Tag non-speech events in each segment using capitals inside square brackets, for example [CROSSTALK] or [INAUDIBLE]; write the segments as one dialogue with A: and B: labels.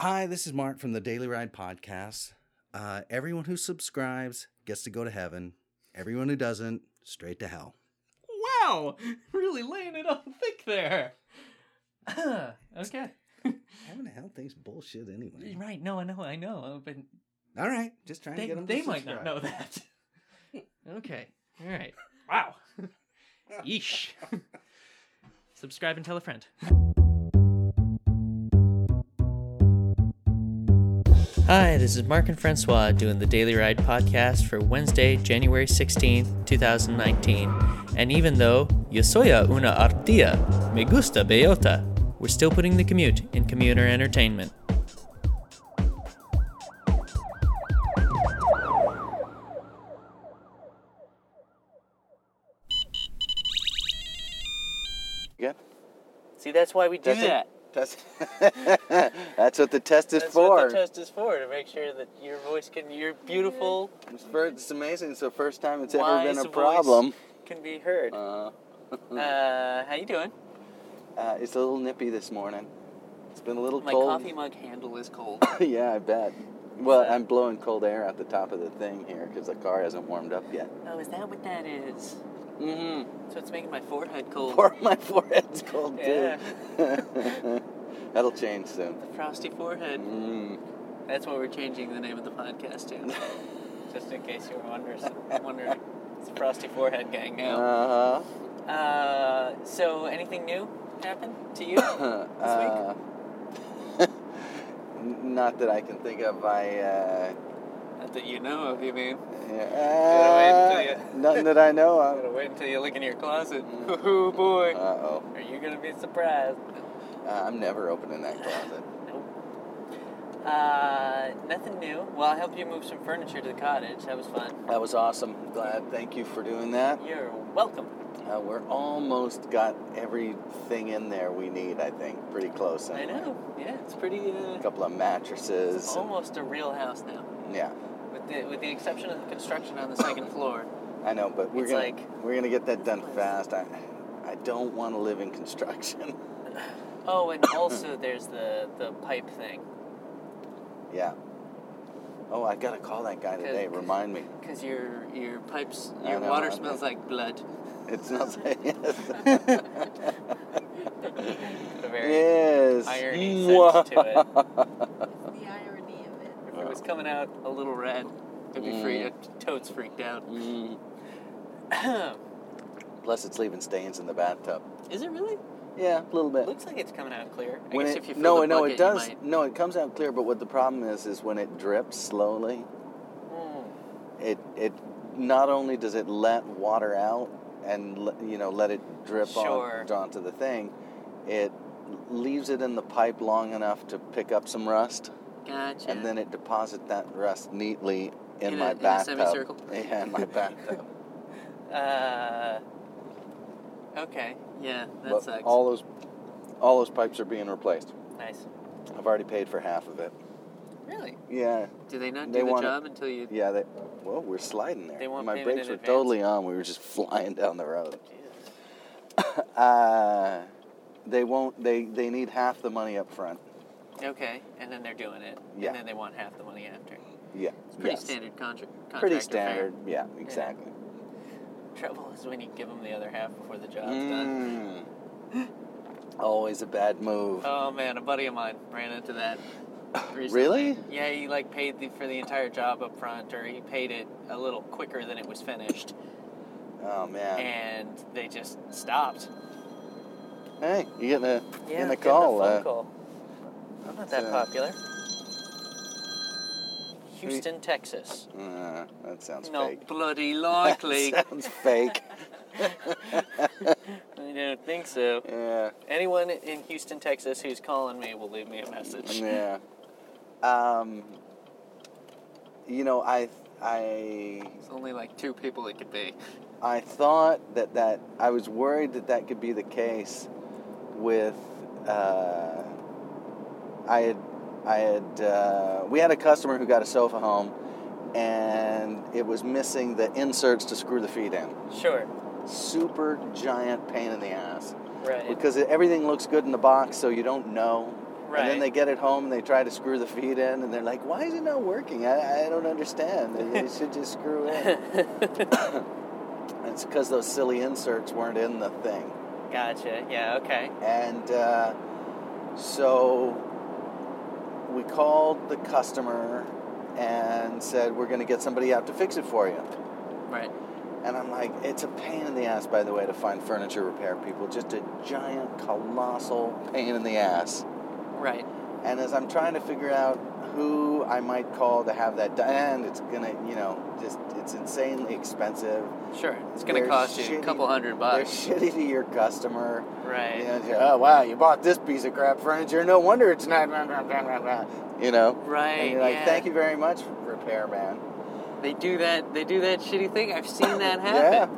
A: Hi, this is Mark from the Daily Ride Podcast. Uh, everyone who subscribes gets to go to heaven. Everyone who doesn't, straight to hell.
B: Wow, [LAUGHS] really laying it on thick there. [CLEARS THROAT] okay.
A: Heaven and hell thinks bullshit anyway.
B: Right, no, I know, I know, but
A: All right, just trying to
B: they,
A: get them.
B: they
A: to
B: might not
A: subscribe.
B: know that. [LAUGHS] okay, all right. Wow. Yeesh. [LAUGHS] Subscribe and tell a friend. Hi, this is Mark and Francois doing the Daily Ride podcast for Wednesday, January 16th, 2019. And even though yo soy una artilla, me gusta bellota, we're still putting the commute in commuter entertainment.
A: Yeah,
B: See, that's why we do
A: That's it. That's, [LAUGHS] that's what the test is
B: That's
A: for.
B: what the test is for, to make sure that your voice can, your beautiful,
A: It's fir- it's amazing. It's the first time it's ever
B: wise
A: been a
B: voice
A: problem.
B: can be heard. Uh,
A: Uh,
B: how you doing?
A: uh, it's a little nippy this morning. It's been a little
B: My
A: cold. [LAUGHS]
B: coffee mug handle is cold.
A: yeah, I bet. Well, I'm blowing cold air out the top of the thing here because the car hasn't warmed up yet.
B: oh, is that what that is?
A: Mm-hmm.
B: So it's making my forehead cold.
A: Poor, my forehead's cold too.
B: Yeah.
A: [LAUGHS] That'll change soon.
B: Frosty forehead.
A: Mm.
B: That's what we're changing the name of the podcast to. [LAUGHS] Just in case you were [LAUGHS] wondering, wondering. it's the Frosty Forehead Gang now.
A: Uh-huh.
B: Uh, so anything new happen to [LAUGHS] you?
A: Uh [LAUGHS] Not that I can think of. I. Uh,
B: Not that you know of, you mean?
A: yeah,
B: wait
A: uh,
B: till
A: [LAUGHS]
B: you-
A: nothing that I know of.
B: Gotta wait until you look in your closet. [LAUGHS] Oh boy.
A: Uh oh.
B: Are you gonna be surprised?
A: Uh, I'm never opening that closet.
B: Uh, nothing new. Well, I helped you move some furniture to the cottage. That was fun.
A: That was awesome. Glad. Thank you for doing that.
B: You're welcome.
A: Uh, we're almost got everything in there we need. I think pretty close.
B: I
A: anyway.
B: know. Oh. Yeah, it's pretty.
A: A
B: Uh,
A: couple of mattresses. and-
B: almost a real house now,
A: yeah.
B: with the with the exception of the construction on the second floor.
A: I know, but we're
B: It's
A: gonna
B: like-
A: we're gonna get that done
B: Nice.
A: fast. I I don't want to live in construction. [LAUGHS]
B: Oh, and also there's the the pipe thing.
A: yeah. Oh, I gotta call that guy today.
B: Cause-
A: Remind me.
B: Cause your your pipes
A: I
B: your
A: know,
B: water
A: I
B: smells
A: know.
B: like blood.
A: It
B: [LAUGHS]
A: smells like yes.
B: A [LAUGHS] very
A: yes.
B: irony
A: Mwah.
B: sense to it.
C: the irony of it.
B: If it was coming out a little red, it'd be free. Toads freaked out. [CLEARS THROAT]
A: Mm. [LAUGHS] Plus, it's leaving stains in the bathtub.
B: Is it really?
A: Yeah, a little bit.
B: Looks like it's coming out clear. I
A: When
B: guess
A: it-
B: if you fill
A: no,
B: the
A: no,
B: bucket,
A: it does.
B: You might.
A: No, it comes out clear. But what the problem is, is when it drips slowly,
B: Mm.
A: it it not only does it let water out and le- you know let it drip
B: Sure.
A: on onto the thing, it leaves it in the pipe long enough to pick up some rust,
B: Gotcha.
A: and then it deposits that rust neatly in,
B: In a-
A: my
B: in a
A: bathtub.
B: semicircle?
A: [LAUGHS] Yeah, in my
B: [LAUGHS]
A: bathtub.
B: Uh, okay. Yeah, that
A: But
B: sucks.
A: All those all those pipes are being replaced.
B: nice.
A: I've already paid for half of it.
B: Really?
A: Yeah,
B: Do they not
A: They
B: do the
A: want it-
B: job until you?
A: yeah. They, well, we're sliding there.
B: They want
A: my
B: payment
A: brakes
B: in
A: were
B: advance.
A: totally on. We were just [LAUGHS] flying down the road.
B: Jesus.
A: Uh, they won't. They they need half the money up front.
B: Okay, and then they're doing it,
A: Yeah.
B: and then they want half the money after.
A: Yeah.
B: It's pretty
A: yes.
B: standard contract.
A: Pretty standard. Yeah. Exactly.
B: Trouble is when you give them the other half before the job's done.
A: Mm. Always a bad move.
B: Oh man, a buddy of mine ran into that.
A: [LAUGHS]
B: recently.
A: really?
B: Yeah, he like paid the, for the entire job up front, or he paid it a little quicker than it was finished,
A: Oh man.
B: and they just stopped.
A: Hey, you getting a getting a call? uh,
B: I'm not
A: that
B: that
A: so-
B: popular.
A: Three-
B: Houston, Texas.
A: uh, that sounds
B: Not
A: fake.
B: bloody likely.
A: [LAUGHS] That sounds
B: [LAUGHS]
A: fake.
B: I don't think so.
A: yeah.
B: Anyone in Houston, Texas who's calling me will leave me a message.
A: Yeah. Um. You know, I I
B: It's only like two people it could be.
A: I thought that that I was worried that that could be the case with uh, I had I had uh, we had a customer who got a sofa home and it was missing the inserts to screw the feet in.
B: Sure.
A: Super giant pain in the ass
B: Right.
A: because it, everything looks good in the box, so you don't know.
B: Right.
A: And then they get it home and they try to screw the feet in, and they're like, "Why is it not working? I, I don't understand. They, they should just screw
B: [LAUGHS]
A: in." it's because those silly inserts weren't in the thing.
B: gotcha. Yeah. Okay.
A: And uh, so we called the customer and said, We're going to get somebody out to fix it for you.
B: Right.
A: And I'm like, It's a pain in the ass, by the way, to find furniture repair people. Just a giant, colossal pain in the ass.
B: Right.
A: And as I'm trying to figure out who I might call to have that done, and it's going to, you know, just, it's insanely expensive.
B: Sure. It's gonna
A: They're
B: cost you a
A: shitty-
B: couple hundred
A: They're
B: bucks.
A: shitty to your customer.
B: Right.
A: You know, it's like, oh wow, you bought this piece of crap furniture. No wonder it's not. Blah, blah, blah, blah, blah," You know,
B: Right.
A: and you're like,
B: yeah.
A: thank you very much, repairman.
B: They do that. They do that shitty thing. I've
A: [LAUGHS]
B: seen that
A: Yeah. [COUGHS]
B: happen.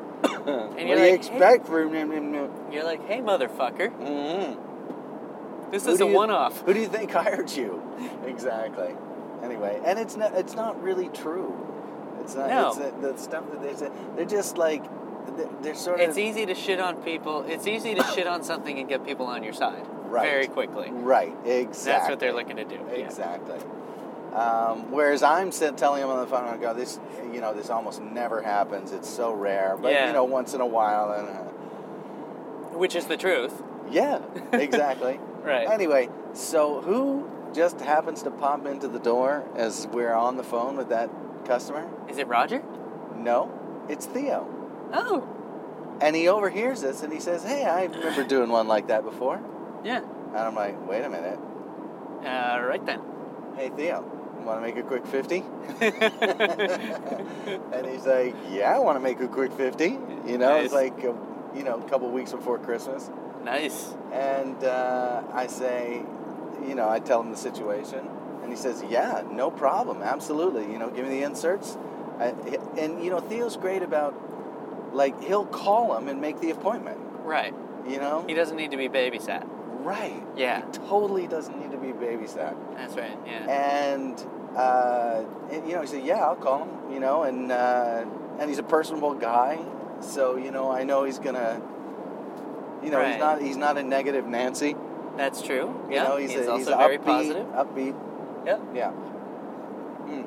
A: what do
B: you're
A: you
B: like,
A: expect from?
B: You're like, hey, motherfucker,
A: Mm-hmm.
B: this
A: Who
B: is
A: do
B: a
A: you- [LAUGHS]
B: one-off.
A: Who do you think hired you? exactly. Anyway, and it's not. It's not really true. It's not.
B: No.
A: It's the, the stuff that they say. They're just like. They're, they're sort
B: It's
A: of
B: easy to shit on people. It's easy to shit on something and get people on your side
A: Right.
B: very quickly.
A: right. Exactly.
B: That's what they're looking to do. yeah.
A: Exactly. Um, whereas I'm sit- telling them on the phone, I go, this, you know, this almost never happens. It's so rare, but
B: Yeah.
A: you know, once in a while, and uh,
B: Which is the truth. [LAUGHS]
A: yeah, exactly.
B: Right.
A: Anyway, so who just happens to pop into the door as we're on the phone with that customer?
B: Is it Roger?
A: No, it's Theo,
B: Oh,
A: and he overhears us, and he says, "Hey, I remember doing one like that before," and
B: yeah.
A: I'm like, "Wait a minute,
B: Uh, right then. [LAUGHS]
A: hey Theo, want to make a quick 50? [LAUGHS] and he's like, "Yeah, I want to make a quick 50. You know, it's
B: Nice.
A: like uh, you know, a couple weeks before Christmas.
B: nice.
A: And uh, I say, you know, I tell him the situation, and he says, "Yeah, no problem, absolutely. You know, give me the inserts." I, and you know, Theo's great about like he'll call him and make the appointment.
B: Right.
A: You know,
B: He doesn't need to be babysat.
A: right?
B: Yeah.
A: Totally doesn't need to be babysat.
B: That's right. Yeah.
A: and, uh, and you know, he said, "Yeah, I'll call him." You know, and uh, and he's a personable guy, so you know, I know he's gonna. You know,
B: Right.
A: he's not he's not a negative Nancy. You
B: That's true. Yeah.
A: know, he's, a,
B: also
A: he's a
B: very
A: upbeat,
B: positive.
A: upbeat.
B: Yep.
A: Yeah. Mm.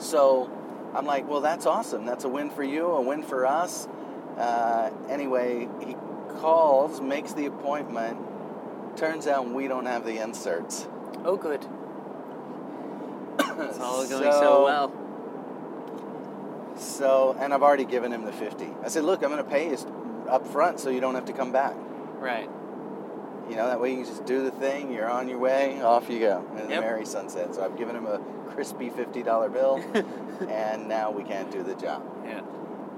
A: So, I'm like, well, that's awesome. That's a win for you, a win for us. Uh, anyway, he calls, makes the appointment. Turns out we don't have the inserts.
B: Oh, good. It's
A: [LAUGHS]
B: all going so, well.
A: So, and I've already given him the 50. I said, look, I'm going to pay you up front so you don't have to come back.
B: Right.
A: You know, that way you can just do the thing, you're on your way, off you go. And
B: Yep.
A: the merry sunset. So I've given him a crispy $50
B: [LAUGHS]
A: bill, and now we can't do the job.
B: Yeah.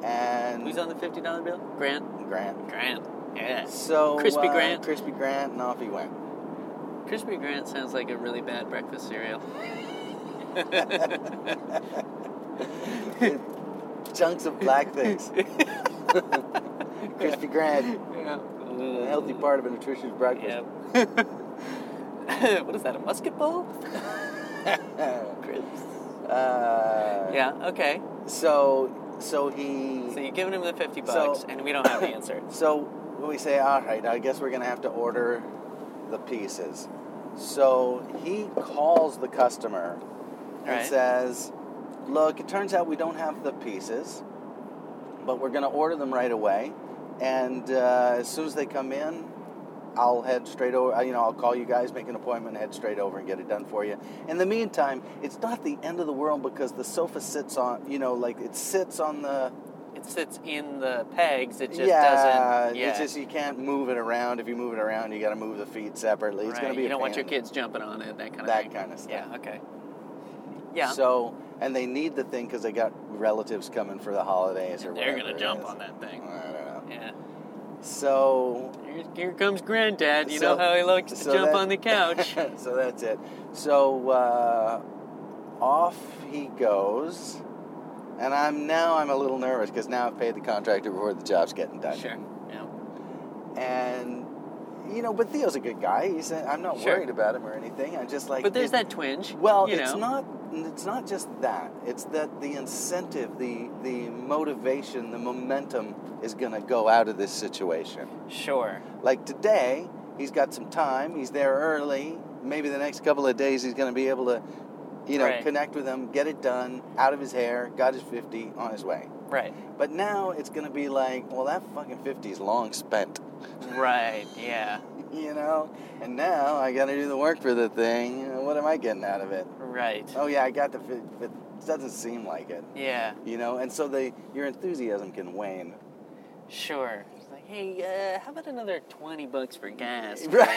A: And
B: Who's on the fifty dollar bill? Grant.
A: Grant.
B: Grant. Yeah.
A: So,
B: Crispy
A: uh,
B: Grant.
A: Crispy Grant, and off he went.
B: Crispy Grant sounds like a really bad breakfast cereal.
A: Chunks of black
B: [LAUGHS]
A: things. Crispy Grant,
B: yeah.
A: a healthy part of a nutritious breakfast.
B: Yep. [LAUGHS] what is that? A musket ball? Crisps.
A: [LAUGHS] uh,
B: Yeah. Okay.
A: So, so he.
B: So you're giving him the fifty
A: So-
B: bucks, and we don't have the inserts.
A: So we say, all right, I guess we're going to have to order the pieces. So he calls the customer and
B: Right.
A: says, look, it turns out we don't have the pieces, but we're going to order them right away. And uh, as soon as they come in, I'll head straight over. You know, I'll call you guys, make an appointment, head straight over, and get it done for you. In the meantime, it's not the end of the world because the sofa sits on, you know, like it sits on the
B: It sits in the pegs. It just doesn't. Yeah.
A: it's just you can't move it around. If you move it around, you got to move the feet separately. It's going
B: Right,
A: to be.
B: You
A: a
B: don't want
A: pain.
B: your kids jumping on it. That kind of
A: That
B: thing.
A: kind of stuff.
B: Yeah. Okay. Yeah.
A: So and they need the thing because they got relatives coming for the holidays or
B: [LAUGHS] They're
A: whatever
B: gonna
A: it
B: jump
A: is.
B: on that
A: I
B: thing.
A: don't know.
B: Yeah.
A: So
B: Here, here comes Granddad. You
A: So-
B: know how he likes to
A: so
B: jump
A: that-
B: on
A: [LAUGHS]
B: the couch.
A: so that's it. So uh, off he goes, and I'm now I'm a little nervous because now I've paid the contractor before the job's getting done.
B: sure. Yeah.
A: And you know, but Theo's a good guy. He's I'm not
B: Sure.
A: worried about him or anything. I'm just like.
B: But there's
A: it-
B: that twinge.
A: Well,
B: you
A: it's
B: know.
A: not. It's not just that. It's that the incentive, the the motivation, the momentum is going to go out of this situation.
B: Sure.
A: Like today, he's got some time. He's there early. maybe the next couple of days he's going to be able to, you know,
B: Right.
A: connect with them, get it done, out of his hair, got his 50, on his way.
B: Right.
A: But now it's going to be like, well, that fucking 50 is long spent,
B: Right. Yeah.
A: you know? And now I got to do the work for the thing. You know, What am I getting out of it?
B: Right.
A: Oh, yeah, I got the 50. It doesn't seem like it,
B: Yeah.
A: you know? And so they, your enthusiasm can wane.
B: Sure. It's like, hey, uh, how about another twenty bucks for
A: [LAUGHS]
B: gas?
A: Right,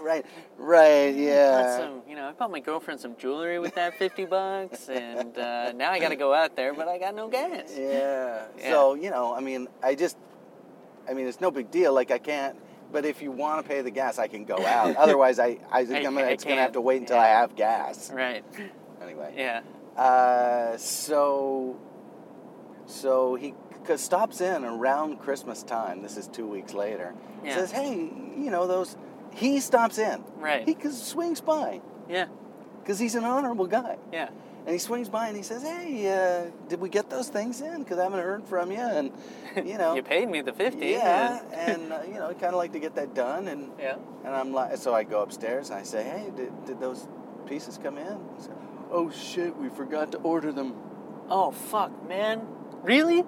A: right, right,
B: Bought
A: yeah.
B: some, you know, I bought my girlfriend some jewelry with that fifty bucks, and uh, now I got to go out there, but I got no gas.
A: Yeah.
B: Yeah.
A: So, you know, I mean, I just, I mean, it's no big deal. Like, I can't, but if you want to pay the gas, I can go
B: [LAUGHS]
A: out. Otherwise, I, I, think
B: I-
A: I'm gonna,
B: I
A: it's going to have
B: can't.
A: to wait until I
B: Yeah.
A: have gas.
B: Right.
A: Anyway.
B: Yeah.
A: Uh, so, so he c- stops in around Christmas time. This is two weeks later.
B: Yeah.
A: Says, hey, you know, those, he stops in.
B: Right.
A: He c- swings by
B: Yeah.
A: because he's an honorable guy.
B: Yeah.
A: And he swings by and he says, "Hey, uh, did we get those things in? Because I haven't heard from you,
B: [LAUGHS]
A: and you know,
B: you paid me the fifty.
A: yeah,
B: and-
A: and uh, you know, I kind of like to get that done." And
B: yeah.
A: and I'm like, so I go upstairs and I say, "Hey, did, did those pieces come in?" He said, "Oh shit, we forgot to order them."
B: Oh fuck, man. Really?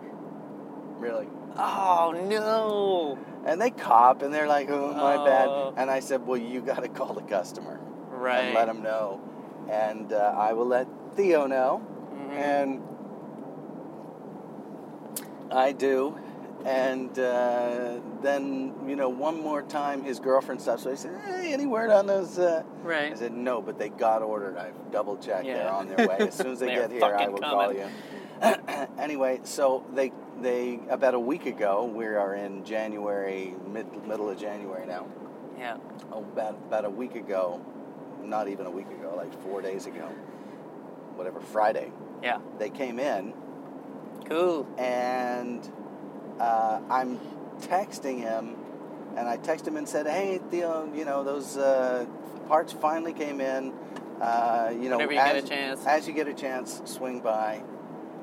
A: Really?
B: Oh no.
A: And they cop and they're like, "Oh, my
B: Oh.
A: bad." And I said, "Well, you got to call the customer
B: Right.
A: and let him know." And uh, I will let Theo know.
B: Mhm.
A: and I do. And uh, then, you know, one more time his girlfriend stops. So I said, Hey, any word on those? Uh? I
B: Right.
A: said, No, but they got ordered. I've double checked. They're
B: Yeah.
A: on their way. As soon as they
B: [LAUGHS] They're
A: get here, I
B: fucking
A: will call
B: coming.
A: you. [CLEARS THROAT] anyway, so they, they, about a week ago, we are in January, mid, middle of January now.
B: Yeah.
A: About, about a week ago, not even a week ago, like four days ago, whatever, Friday,
B: Yeah.
A: they came in
B: Cool.
A: and uh, I'm texting him, and I text him and said, "Hey, Theo, you know those uh, parts finally came in. Uh, you know,
B: Whenever you
A: as,
B: get a chance."
A: as you get a chance, swing by."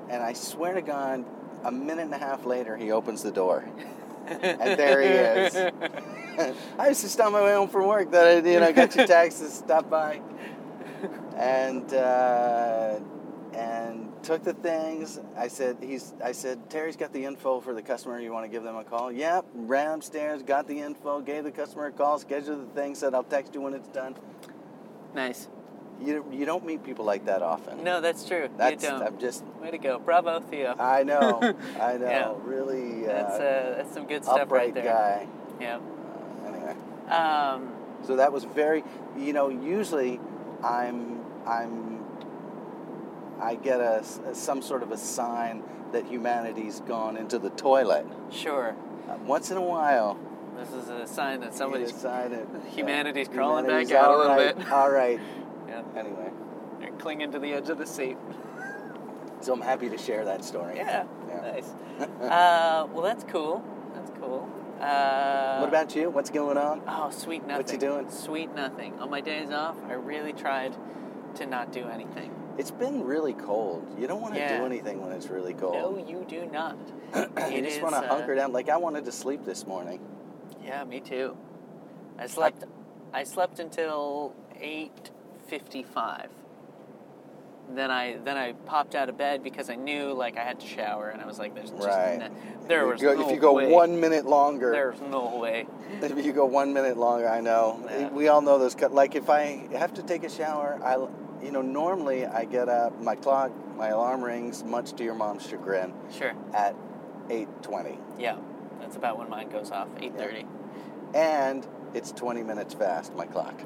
A: And I swear to God, a minute and a half later, he opens the door.
B: and
A: there he is. [LAUGHS] I was just on my way home from work that I, you know, got your text and stopped by, and uh, and took the things. I said he's. I said Terry's got the info for the customer. You want to give them a call? Yep. Ran upstairs, got the info, gave the customer a call, scheduled the thing, said I'll text you when it's done.
B: nice.
A: You you don't meet people like that often.
B: No, that's true.
A: that's Ah,
B: you don't.
A: I'm just.
B: Way to go. Bravo, Theo.
A: I know.
B: [LAUGHS]
A: I know.
B: Yeah.
A: Really. Uh,
B: that's, uh, that's some good stuff right
A: upright
B: there.
A: guy. Uh,
B: Yeah.
A: Anyway.
B: Um,
A: So that was very, you know, usually I'm I'm I get a s- some sort of a sign that humanity's gone into the toilet.
B: sure.
A: Uh, once in a while,
B: This is a sign that
A: somebody
B: somebody's.
A: decided that uh,
B: humanity's crawling back
A: humanity's
B: out a
A: all
B: little
A: right-
B: bit.
A: All right.
B: [LAUGHS] Yeah,
A: Anyway,
B: they're clinging to the edge of the seat.
A: so I'm happy to share that story.
B: Yeah.
A: Yeah. [LAUGHS]
B: Nice. uh, well, that's cool. That's cool. Uh,
A: what about you? What's going on?
B: Oh, sweet nothing.
A: What you doing?
B: Sweet nothing. On my days off, I really tried to not do anything.
A: It's been really cold. You don't want to
B: Yeah.
A: do anything when it's really cold.
B: No, you do
A: [CLEARS THROAT]
B: not.
A: you
B: It
A: just
B: is,
A: want to
B: uh,
A: hunker down. Like I wanted to sleep this morning.
B: Yeah, me too. I slept. I, slept until eight fifty-five. Then I then I popped out of bed because I knew like I had to shower and I was like, "There's just
A: Right.
B: no, there
A: You
B: was
A: go-
B: no
A: if you go
B: way.
A: one minute longer,
B: there's no way."
A: [LAUGHS] If you go one minute longer, I know.
B: Yeah.
A: We all know those. cut- Like if I have to take a shower, I, you know, normally I get up, my clock, my alarm rings, much to your mom's chagrin,
B: Sure.
A: at eight twenty,
B: Yeah, that's about when mine goes off. Eight thirty.
A: and it's twenty minutes fast my clock.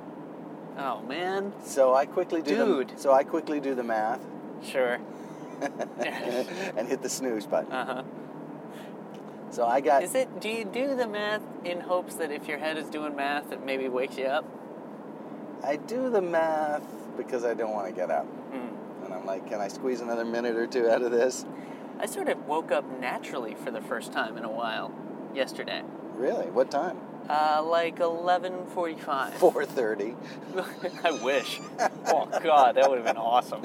B: Oh man.
A: So I quickly do the
B: Dude.
A: so I quickly do the
B: [LAUGHS]
A: math [LAUGHS]
B: Sure.
A: and hit the snooze button.
B: Uh huh.
A: So I got
B: Is it? Do you do the math in hopes that if your head is doing math, it maybe wakes you up?
A: I do the math because I don't want to get up,
B: Hmm.
A: and I'm like, can I squeeze another minute or two out of this?
B: I sort of woke up naturally for the first time in a while yesterday.
A: Really? What time?
B: Uh, like 11:45.
A: Four thirty.
B: [LAUGHS] I wish. Oh god, that would have been awesome.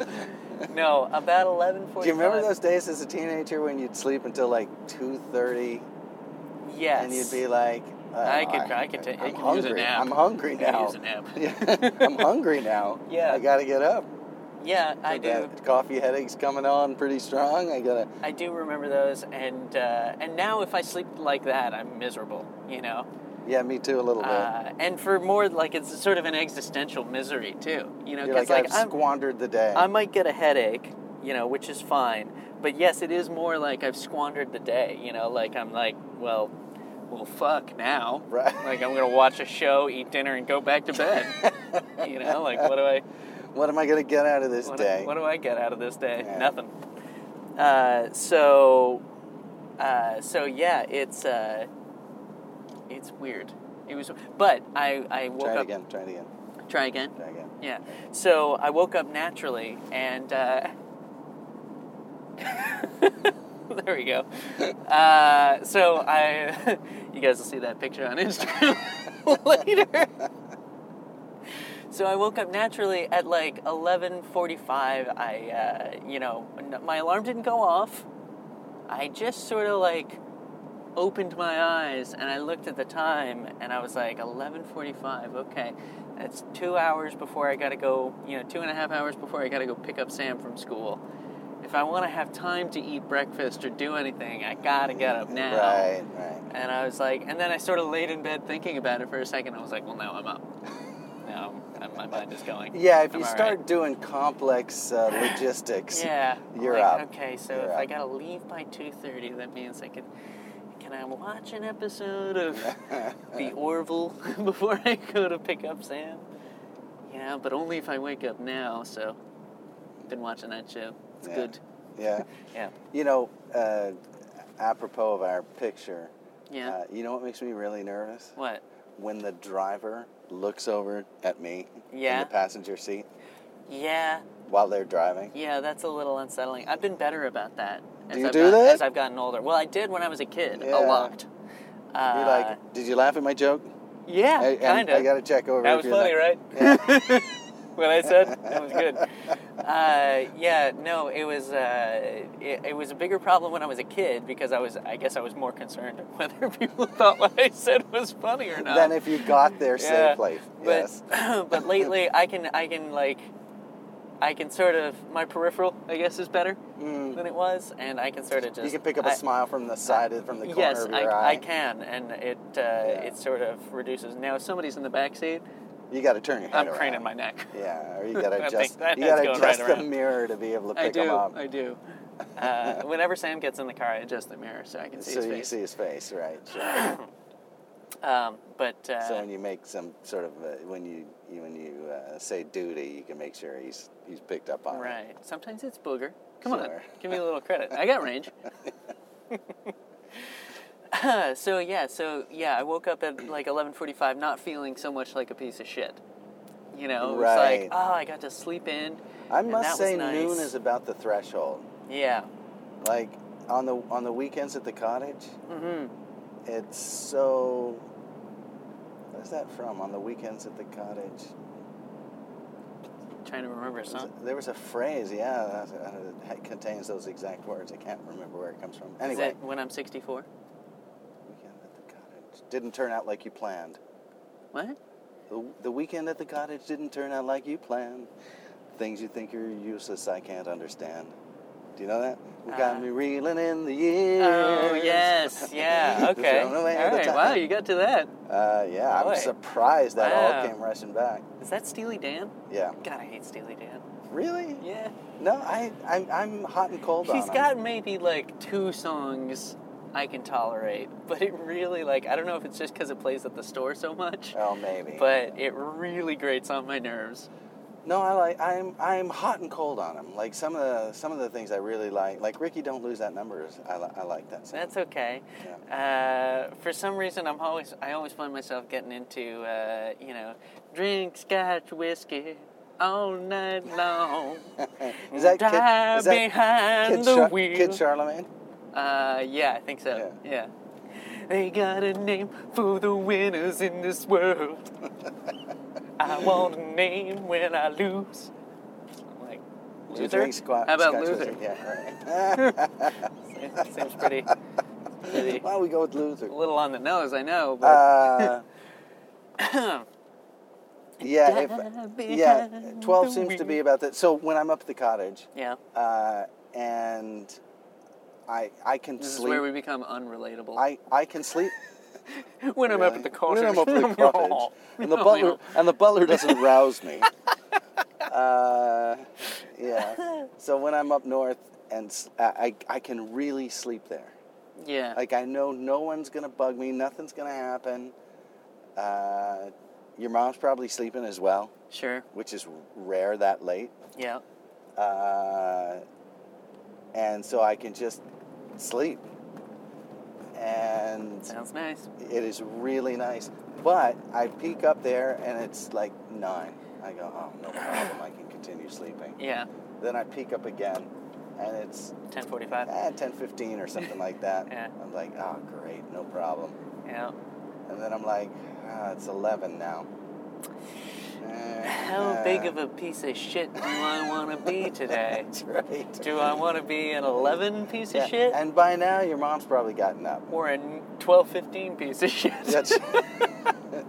B: No, about 11:45.
A: Do you remember those days as a teenager when you'd sleep until like two thirty,
B: Yes.
A: and you'd be like, "Oh,
B: I could- I could ta- I
A: I'm
B: could use a
A: hungry.
B: nap.
A: I'm hungry
B: I gotta
A: now.
B: use a nap.
A: [LAUGHS] Yeah, I'm hungry now.
B: [LAUGHS] Yeah.
A: I gotta get up.
B: Yeah, I do.
A: That coffee headache's coming on pretty strong. I gotta.
B: I do remember those, and uh, and now if I sleep like that, I'm miserable. You know,
A: Yeah, me too. A little bit.
B: uh, and for more like it's sort of an existential misery too. You know,
A: You're
B: 'cause,
A: like, I've
B: I'm-
A: squandered the day.
B: I might get a headache, you know, which is fine. But yes, it is more like I've squandered the day, you know, like I'm like, well, well, fuck now.
A: [LAUGHS] Right.
B: Like I'm gonna watch a show, eat dinner, and go back to bed. you know, like what do I?
A: what am I gonna get out of [LAUGHS] this
B: What,
A: day?
B: what do I get out of this day?
A: Yeah.
B: Nothing. Uh, so, uh, so yeah, it's uh, it's weird. It was, but I I woke
A: try it
B: up.
A: again. Try it again.
B: Try again.
A: Try it again.
B: Yeah. So I woke up naturally, and uh, [LAUGHS] there we go. Uh, so I, [LAUGHS] you guys will see that picture on Instagram [LAUGHS] later. So I woke up naturally at like 11:45. I, uh, you know, n- my alarm didn't go off. I just sort of like opened my eyes and I looked at the time and I was like 11:45. Okay, that's two hours before I got to go. You know, two and a half hours before I got to go pick up Sam from school. If I want to have time to eat breakfast or do anything, I gotta get up now.
A: Right. Right.
B: And I was like, and then I sort of laid in bed thinking about it for a second. I was like, well, now I'm up. Now I'm, I'm- my mind is going.
A: Yeah. If
B: I'm
A: you
B: all
A: start
B: right.
A: doing complex
B: [LAUGHS]
A: uh, logistics. [LAUGHS]
B: yeah, I'm
A: you're
B: like,
A: up.
B: Okay, so
A: You're
B: if I
A: up.
B: gotta leave by two thirty, that means I can. Can I watch an episode of The Orville [LAUGHS] before I go to pick up Sam? Yeah, but only if I wake up now. So, been watching that show. It's
A: Yeah.
B: good.
A: Yeah.
B: Yeah.
A: You know, uh, apropos of our picture.
B: Yeah.
A: Uh, you know what makes me really nervous?
B: what?
A: When the driver looks over at me
B: Yeah.
A: in the passenger seat
B: Yeah,
A: while they're driving.
B: Yeah, that's a little unsettling. I've been better about that.
A: Do you
B: I've
A: do
B: gotten,
A: that?
B: As I've gotten older. Well, I did when I was a kid
A: Yeah.
B: a lot. Uh,
A: You're like, did you laugh at my joke?
B: yeah,
A: I,
B: kind
A: I,
B: of.
A: gotta check over. if
B: That was
A: you're
B: funny,
A: like-
B: right? [LAUGHS] what I said, that
A: [LAUGHS]
B: was good. Uh, yeah, no, it was uh, it, it was a bigger problem when I was a kid because I was, I guess, I was more concerned [LAUGHS] whether people thought what I said was funny or not.
A: Then if you got there
B: Yeah,
A: safely,
B: but
A: yes.
B: [LAUGHS] but lately I can I can like I can sort of my peripheral I guess is better
A: Mm.
B: than it was, and I can sort of just
A: You can pick up a
B: I-
A: smile from the side of, from the corner
B: yes,
A: of your
B: I,
A: eye.
B: I can, and it uh, it sort of reduces. Now, if somebody's in the back seat,
A: You got to turn your head
B: I'm
A: around.
B: craning my neck.
A: Yeah,
B: [LAUGHS]
A: or you
B: I
A: gotta
B: think
A: adjust.
B: that
A: you
B: head's
A: gotta
B: going right
A: adjust the
B: around.
A: mirror to be able to
B: I
A: pick
B: do,
A: them up, [LAUGHS]
B: I do. Uh, whenever Sam gets in the car, I adjust the mirror so I can see
A: so
B: his
A: you
B: face.
A: see his face, right? sure.
B: Um, but uh,
A: so when you make some sort of uh, when you you- when you uh, say duty, you can make sure he's he's picked up on it.
B: Right. Sometimes it's booger. Come on,
A: Sure.
B: give me a little credit. I
A: [LAUGHS]
B: got range. [LAUGHS] so yeah, so yeah, I woke up at like 11:45, not feeling so much like a piece of shit. You know, it was
A: Right.
B: like, oh, I got to sleep in.
A: I
B: and that
A: must
B: was
A: say,
B: nice.
A: noon is about the threshold.
B: yeah,
A: Like on the on the weekends at the cottage,
B: hmm
A: it's so. Where's that from? On the weekends at the cottage,
B: trying to remember a
A: There was
B: song.
A: a- there was a phrase. Yeah, that- uh, it contains those exact words. I can't remember where it comes from.
B: Is
A: Anyway,
B: it when I'm 64?
A: weekend at the cottage didn't turn out like you planned.
B: What?
A: The, the weekend at the cottage didn't turn out like you planned. Things you think are useless, I can't understand. Do you know that? We got
B: Uh.
A: me reeling in the years.
B: Oh
A: [LAUGHS]
B: yes, yeah,
A: Just
B: okay.
A: throwing away
B: All
A: the
B: right,
A: time.
B: wow, you got to that.
A: Uh, yeah,
B: Boy.
A: I'm surprised that
B: Wow.
A: all came rushing back.
B: Is that Steely Dan?
A: Yeah.
B: God, I hate Steely Dan.
A: Really?
B: Yeah.
A: No, I, I'm, I'm hot and cold on
B: He's
A: 'em.
B: got maybe like two songs I can tolerate, [LAUGHS] but it really like I don't know if it's just because it plays at the store so much,
A: Oh, maybe.
B: but it really grates on my nerves.
A: no, I like. I'm, I'm hot and cold on him. Like some of the, some of the things I really like, like Ricky, don't lose that number. is- I, li- I like that. Song.
B: That's okay.
A: Yeah. [LAUGHS]
B: Uh, for some reason, I'm always I always find myself getting into uh, you know, drink scotch whiskey all night
A: [LAUGHS]
B: long.
A: Is that
B: Drive
A: kid, is that
B: behind
A: kid,
B: the
A: Char-
B: wheel.
A: kid Charlemagne?
B: Uh, yeah, I think so. Yeah. They got a name for the winners in this
A: [LAUGHS]
B: world. I want a name when I lose. I'm like,
A: Who
B: loser?
A: drinks squa-
B: How about
A: scotch [LAUGHS]
B: loser?
A: whiskey? Yeah, right.
B: Seems pretty,
A: [LAUGHS]
B: Really?
A: Why don't we go with loser?
B: A little on the nose, I know, but [COUGHS]
A: Uh, yeah, if, yeah. Twelve seems to be about that. So when I'm up at the cottage,
B: yeah.
A: uh, and I I can
B: This is
A: sleep.
B: where we become unrelatable.
A: I I can sleep.
B: when I'm up
A: really.
B: at the cottage,
A: When I'm
B: [LAUGHS]
A: up at the cottage, and the
B: No,
A: butler
B: no.
A: and the butler doesn't rouse me. Uh, yeah. So when I'm up north, and s- I I- I can really sleep there.
B: [LAUGHS] yeah,
A: Like I know no one's gonna bug me. Nothing's gonna happen. Uh, your mom's probably sleeping as well,
B: sure,
A: which is rare that late.
B: yeah,
A: Uh, and so I can just sleep. And
B: sounds nice.
A: it is really nice. But I peek up there and it's like nine. I go, oh no problem. I can continue sleeping.
B: Yeah,
A: Then I peek up again, and it's
B: 10:45.
A: eh, ten fifteen or something like that.
B: [LAUGHS] Yeah.
A: I'm like, oh great, no problem.
B: Yeah.
A: And then I'm like, ah, it's 11 now. Eh,
B: How
A: eh, [LAUGHS]
B: big of a piece of shit do I want to be today? [LAUGHS]
A: That's right.
B: Do I want to be an 11 piece of
A: Yeah,
B: shit
A: And by now, your mom's probably gotten
B: [LAUGHS]
A: up.
B: or a 12:15 piece of shit?
A: [LAUGHS] That's,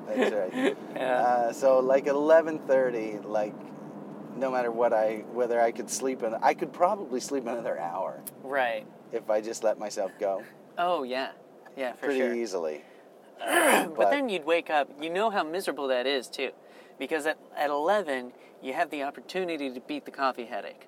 A: that's right.
B: [LAUGHS] yeah.
A: Uh, so like 11:30, like no matter what I whether I could sleep in, I could probably sleep another hour
B: right.
A: if I just let myself go
B: Oh yeah, yeah, for
A: pretty
B: sure. [CLEARS THROAT]
A: easily.
B: But
A: But-
B: then you'd wake up. You know how miserable that is too, because at, at 11 you have the opportunity to beat the coffee headache.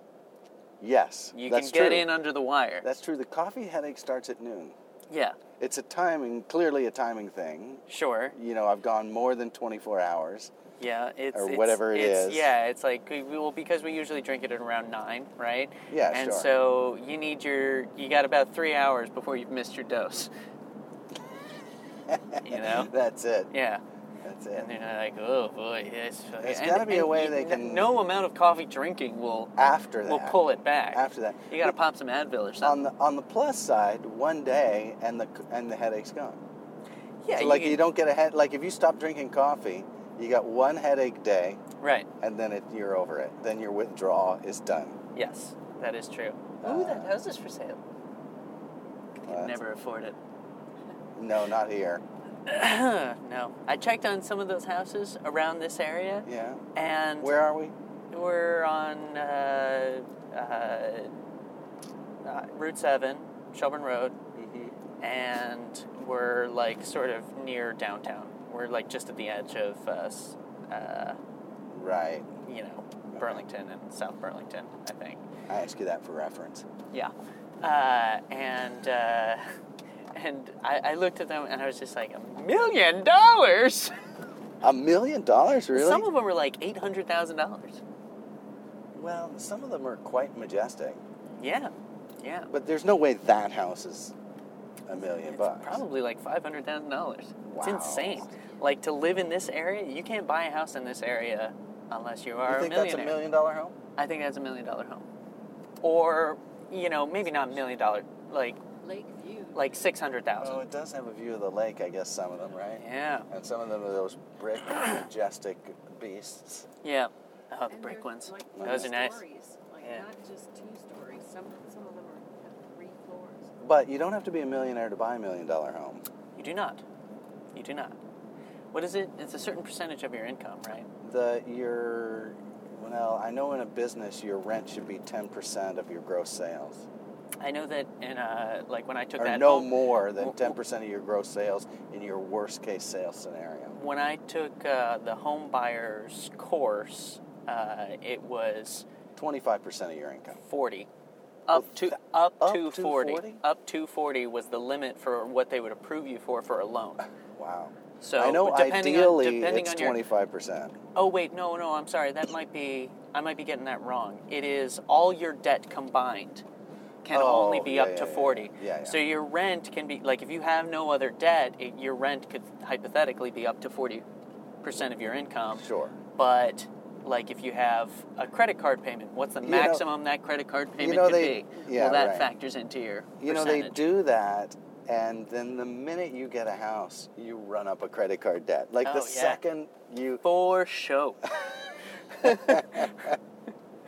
A: Yes,
B: You
A: that's
B: can get
A: true.
B: in under the wire.
A: That's true. The coffee headache starts at noon.
B: yeah,
A: It's a timing, clearly a timing thing.
B: sure.
A: You know, I've gone more than 24 hours.
B: Yeah, it's
A: Or
B: it's-
A: whatever it
B: it's,
A: is.
B: Yeah, it's like we- well because we usually drink it at around nine, right?
A: Yeah,
B: And
A: sure.
B: so you need your you got about three hours before you've missed your
A: [LAUGHS]
B: dose. you know.
A: That's it.
B: Yeah.
A: That's
B: And
A: it.
B: then I like, oh boy, yes.
A: There's
B: and-
A: gotta be a
B: and
A: way
B: you-
A: they
B: n-
A: can-
B: No amount of coffee drinking will
A: After that,
B: will pull it back.
A: After that,
B: you gotta pop some Advil or
A: on
B: something.
A: the on the plus side, one day and the and the headache's gone.
B: yeah,
A: so like you,
B: can-
A: don't get a head. Like if you stop drinking coffee, you got one headache day,
B: Right.
A: and then it, you're over it. Then your withdrawal is done.
B: Yes, that is true. Ooh,
A: Uh,
B: that house is for sale. Could
A: that's-
B: never afford it. [CLEARS THROAT]
A: Uh, No, not here.
B: no, I checked on some of those houses around this area,
A: Yeah.
B: and
A: Where are we?
B: we're on uh, uh, uh, Route Seven, Shelburne Road, Mm-hmm. and we're like sort of near downtown. We're like just at the edge of, uh, s- uh,
A: Right.
B: you know, Burlington and South Burlington, I think.
A: I ask you that for reference.
B: Yeah. Uh, and uh, and I, I looked at them and I was just like, a million dollars.
A: A million dollars, really?
B: Some of them were like eight hundred thousand dollars.
A: well, some of them are quite majestic,
B: Yeah, yeah.
A: but there's no way that house is a million
B: It's
A: bucks.
B: probably like five hundred thousand dollars. It's
A: Wow.
B: insane. Like to live in this area, you can't buy a house in this area unless you are
A: You think
B: a
A: that's
B: millionaire.
A: a million dollar home?
B: I think that's a million dollar home, or you know maybe not a million dollar, like
C: Lakeview.
B: like six hundred
A: Oh,
B: thousand.
A: it does have a view of the lake, I guess. Some of them, right?
B: Yeah,
A: And some of them are those brick [COUGHS] majestic beasts.
B: yeah. Oh, the
C: And
B: brick
C: they're,
B: ones.
C: like,
B: Those are
C: three
B: nice.
C: Stories. Like
B: Yeah.
C: not just two stories. Some some of them are have three floors.
A: But you don't have to be a millionaire to buy a million dollar home.
B: You do not. You do not. What is it? It's a certain percentage of your income, right?
A: The your well, I know in a business your rent should be ten percent of your gross sales,
B: I know that in uh, like when I took
A: or
B: that
A: no
B: home,
A: more than
B: Well,
A: ten percent of your gross sales in your worst case sales scenario.
B: when I took uh, the home buyers course, uh, it was
A: Twenty five percent of your income.
B: forty. Up to
A: th-
B: up,
A: up
B: to
A: to
B: 40.
A: 40?
B: Up to 40 was the limit for what they would approve you for for a loan.
A: Wow.
B: So
A: I know
B: depending
A: ideally
B: on depending
A: it's
B: on your
A: twenty five percent.
B: Oh wait, no, no, I'm sorry. That might be I might be getting that wrong. It is all your debt combined can
A: Oh,
B: only be
A: yeah,
B: up
A: yeah,
B: to
A: yeah,
B: 40.
A: yeah, yeah.
B: So your rent can be like if you have no other debt, it, your rent could hypothetically be up to 40% of your income.
A: Sure.
B: But like if you have a credit card payment, what's the
A: You know-
B: maximum that credit card payment
A: know
B: could
A: they-
B: be?
A: yeah,
B: well, that
A: right.
B: factors into your
A: You know they
B: percentage.
A: do that, and then the minute you get a house, you run up a credit card debt. Like
B: Oh,
A: the
B: yeah.
A: second you [LAUGHS]
B: for [LAUGHS] show.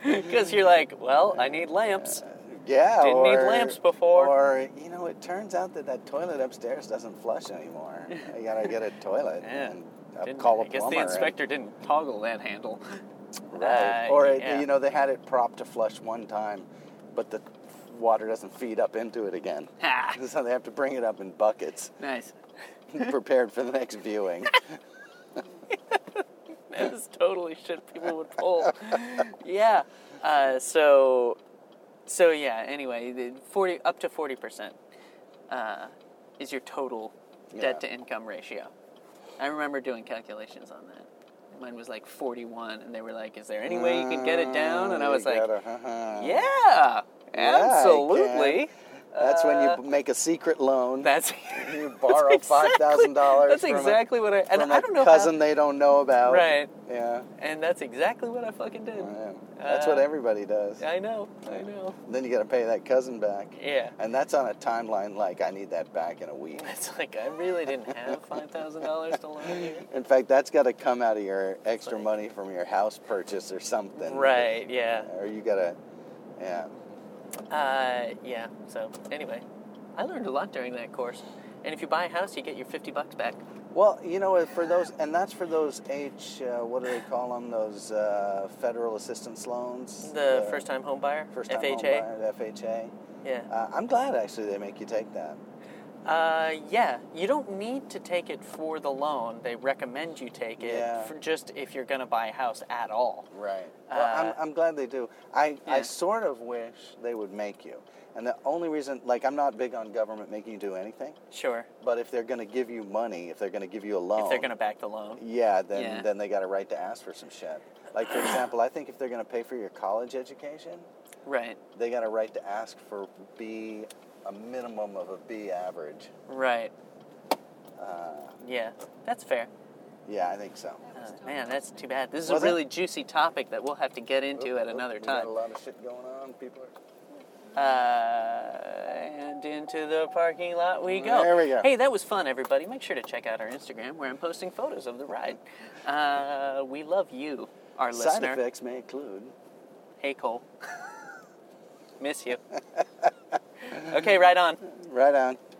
B: Because you're like, well, I need lamps.
A: Yeah.
B: Didn't need
A: or-
B: lamps before. [LAUGHS]
A: Or you know, it turns out that that toilet upstairs doesn't flush
B: [LAUGHS]
A: anymore. you gotta get a toilet
B: Yeah.
A: and uh,
B: Didn't-
A: call a
B: I guess
A: plumber.
B: the inspector didn't toggle that handle. [LAUGHS]
A: and- right.
B: uh,
A: or it,
B: yeah.
A: you know, they had it propped to flush one time, but the water doesn't feed up into it again. [LAUGHS]
B: Ha!
A: so they have to bring it up in
B: [LAUGHS]
A: buckets, [LAUGHS]
B: Nice.
A: prepared for the next viewing.
B: That is totally shit people would
A: [LAUGHS]
B: pull. yeah. Uh, so, so yeah. Anyway, the forty up to forty percent uh, is your total
A: Yeah.
B: debt to income ratio. I remember doing calculations on that. Mine was like forty-one, and they were like, "Is there any way you could get it down?" And I
A: Mm, You
B: was like,
A: gotta, uh-huh.
B: "Yeah,
A: Yeah, I can.
B: absolutely."
A: That's when you b- make a secret loan.
B: That's
A: [LAUGHS]
B: [LAUGHS]
A: you borrow
B: uh, that's exactly-
A: five thousand dollars.
B: That's exactly what I
A: From
B: and
A: a
B: I don't know how-
A: cousin they don't know about.
B: Right.
A: Yeah.
B: and that's exactly what I fucking did.
A: Yeah. That's what
B: Uh,
A: everybody does.
B: I know, I know.
A: Then you got to pay that cousin back.
B: Yeah. [LAUGHS]
A: And that's on a timeline like I need that back in a week.
B: It's like I really didn't have five thousand dollars to loan
A: [LAUGHS]
B: you.
A: In fact, that's got to come out of your extra
B: Like-
A: money from your house purchase or something.
B: Right. Yeah.
A: Or you got to, yeah.
B: Uh, yeah. So anyway, I learned a lot during that course. And if you buy a house, you get your fifty bucks back.
A: Well, you know, what, for those, and that's for those H, uh, what do they call them? Those uh, federal assistance loans.
B: The first-time home buyer,
A: First time
B: FHA.
A: FHA.
B: Yeah.
A: Uh, I'm glad actually they make you take that.
B: Uh, yeah. You don't need to take it for the loan. They recommend you take it
A: Yeah.
B: for just if you're gonna buy a house at all.
A: Right. Well, I'm,
B: Uh,
A: I'm glad they do. I, I
B: yeah.
A: sort of wish they would make you. And the only reason, like, I'm not big on government making you do anything,
B: Sure.
A: but if they're going to give you money, if they're going to give you a loan,
B: If they're gonna back the loan.
A: yeah, then,
B: Yeah.
A: then they got a right to ask for some shit. Like, for example, I think if they're going to pay for your college education,
B: Right.
A: they got a right to ask for B, a minimum of a B average.
B: Right.
A: Uh,
B: Yeah. That's fair.
A: yeah, I think so.
B: Uh, man, that's too bad. This is
A: Was
B: a
A: it?
B: really juicy topic that we'll have to get into
A: Oop,
B: at
A: oop,
B: another
A: we
B: time.
A: Got a lot of shit going on. People are.
B: Uh, and into the parking lot we go.
A: There we go.
B: Hey, that was fun, everybody. Make sure to check out our Instagram where I'm posting photos of the ride. Uh, we love you, our
A: Side
B: listener.
A: effects may include.
B: Hey, [LAUGHS] Cole. Miss you. okay, right on.
A: Right on.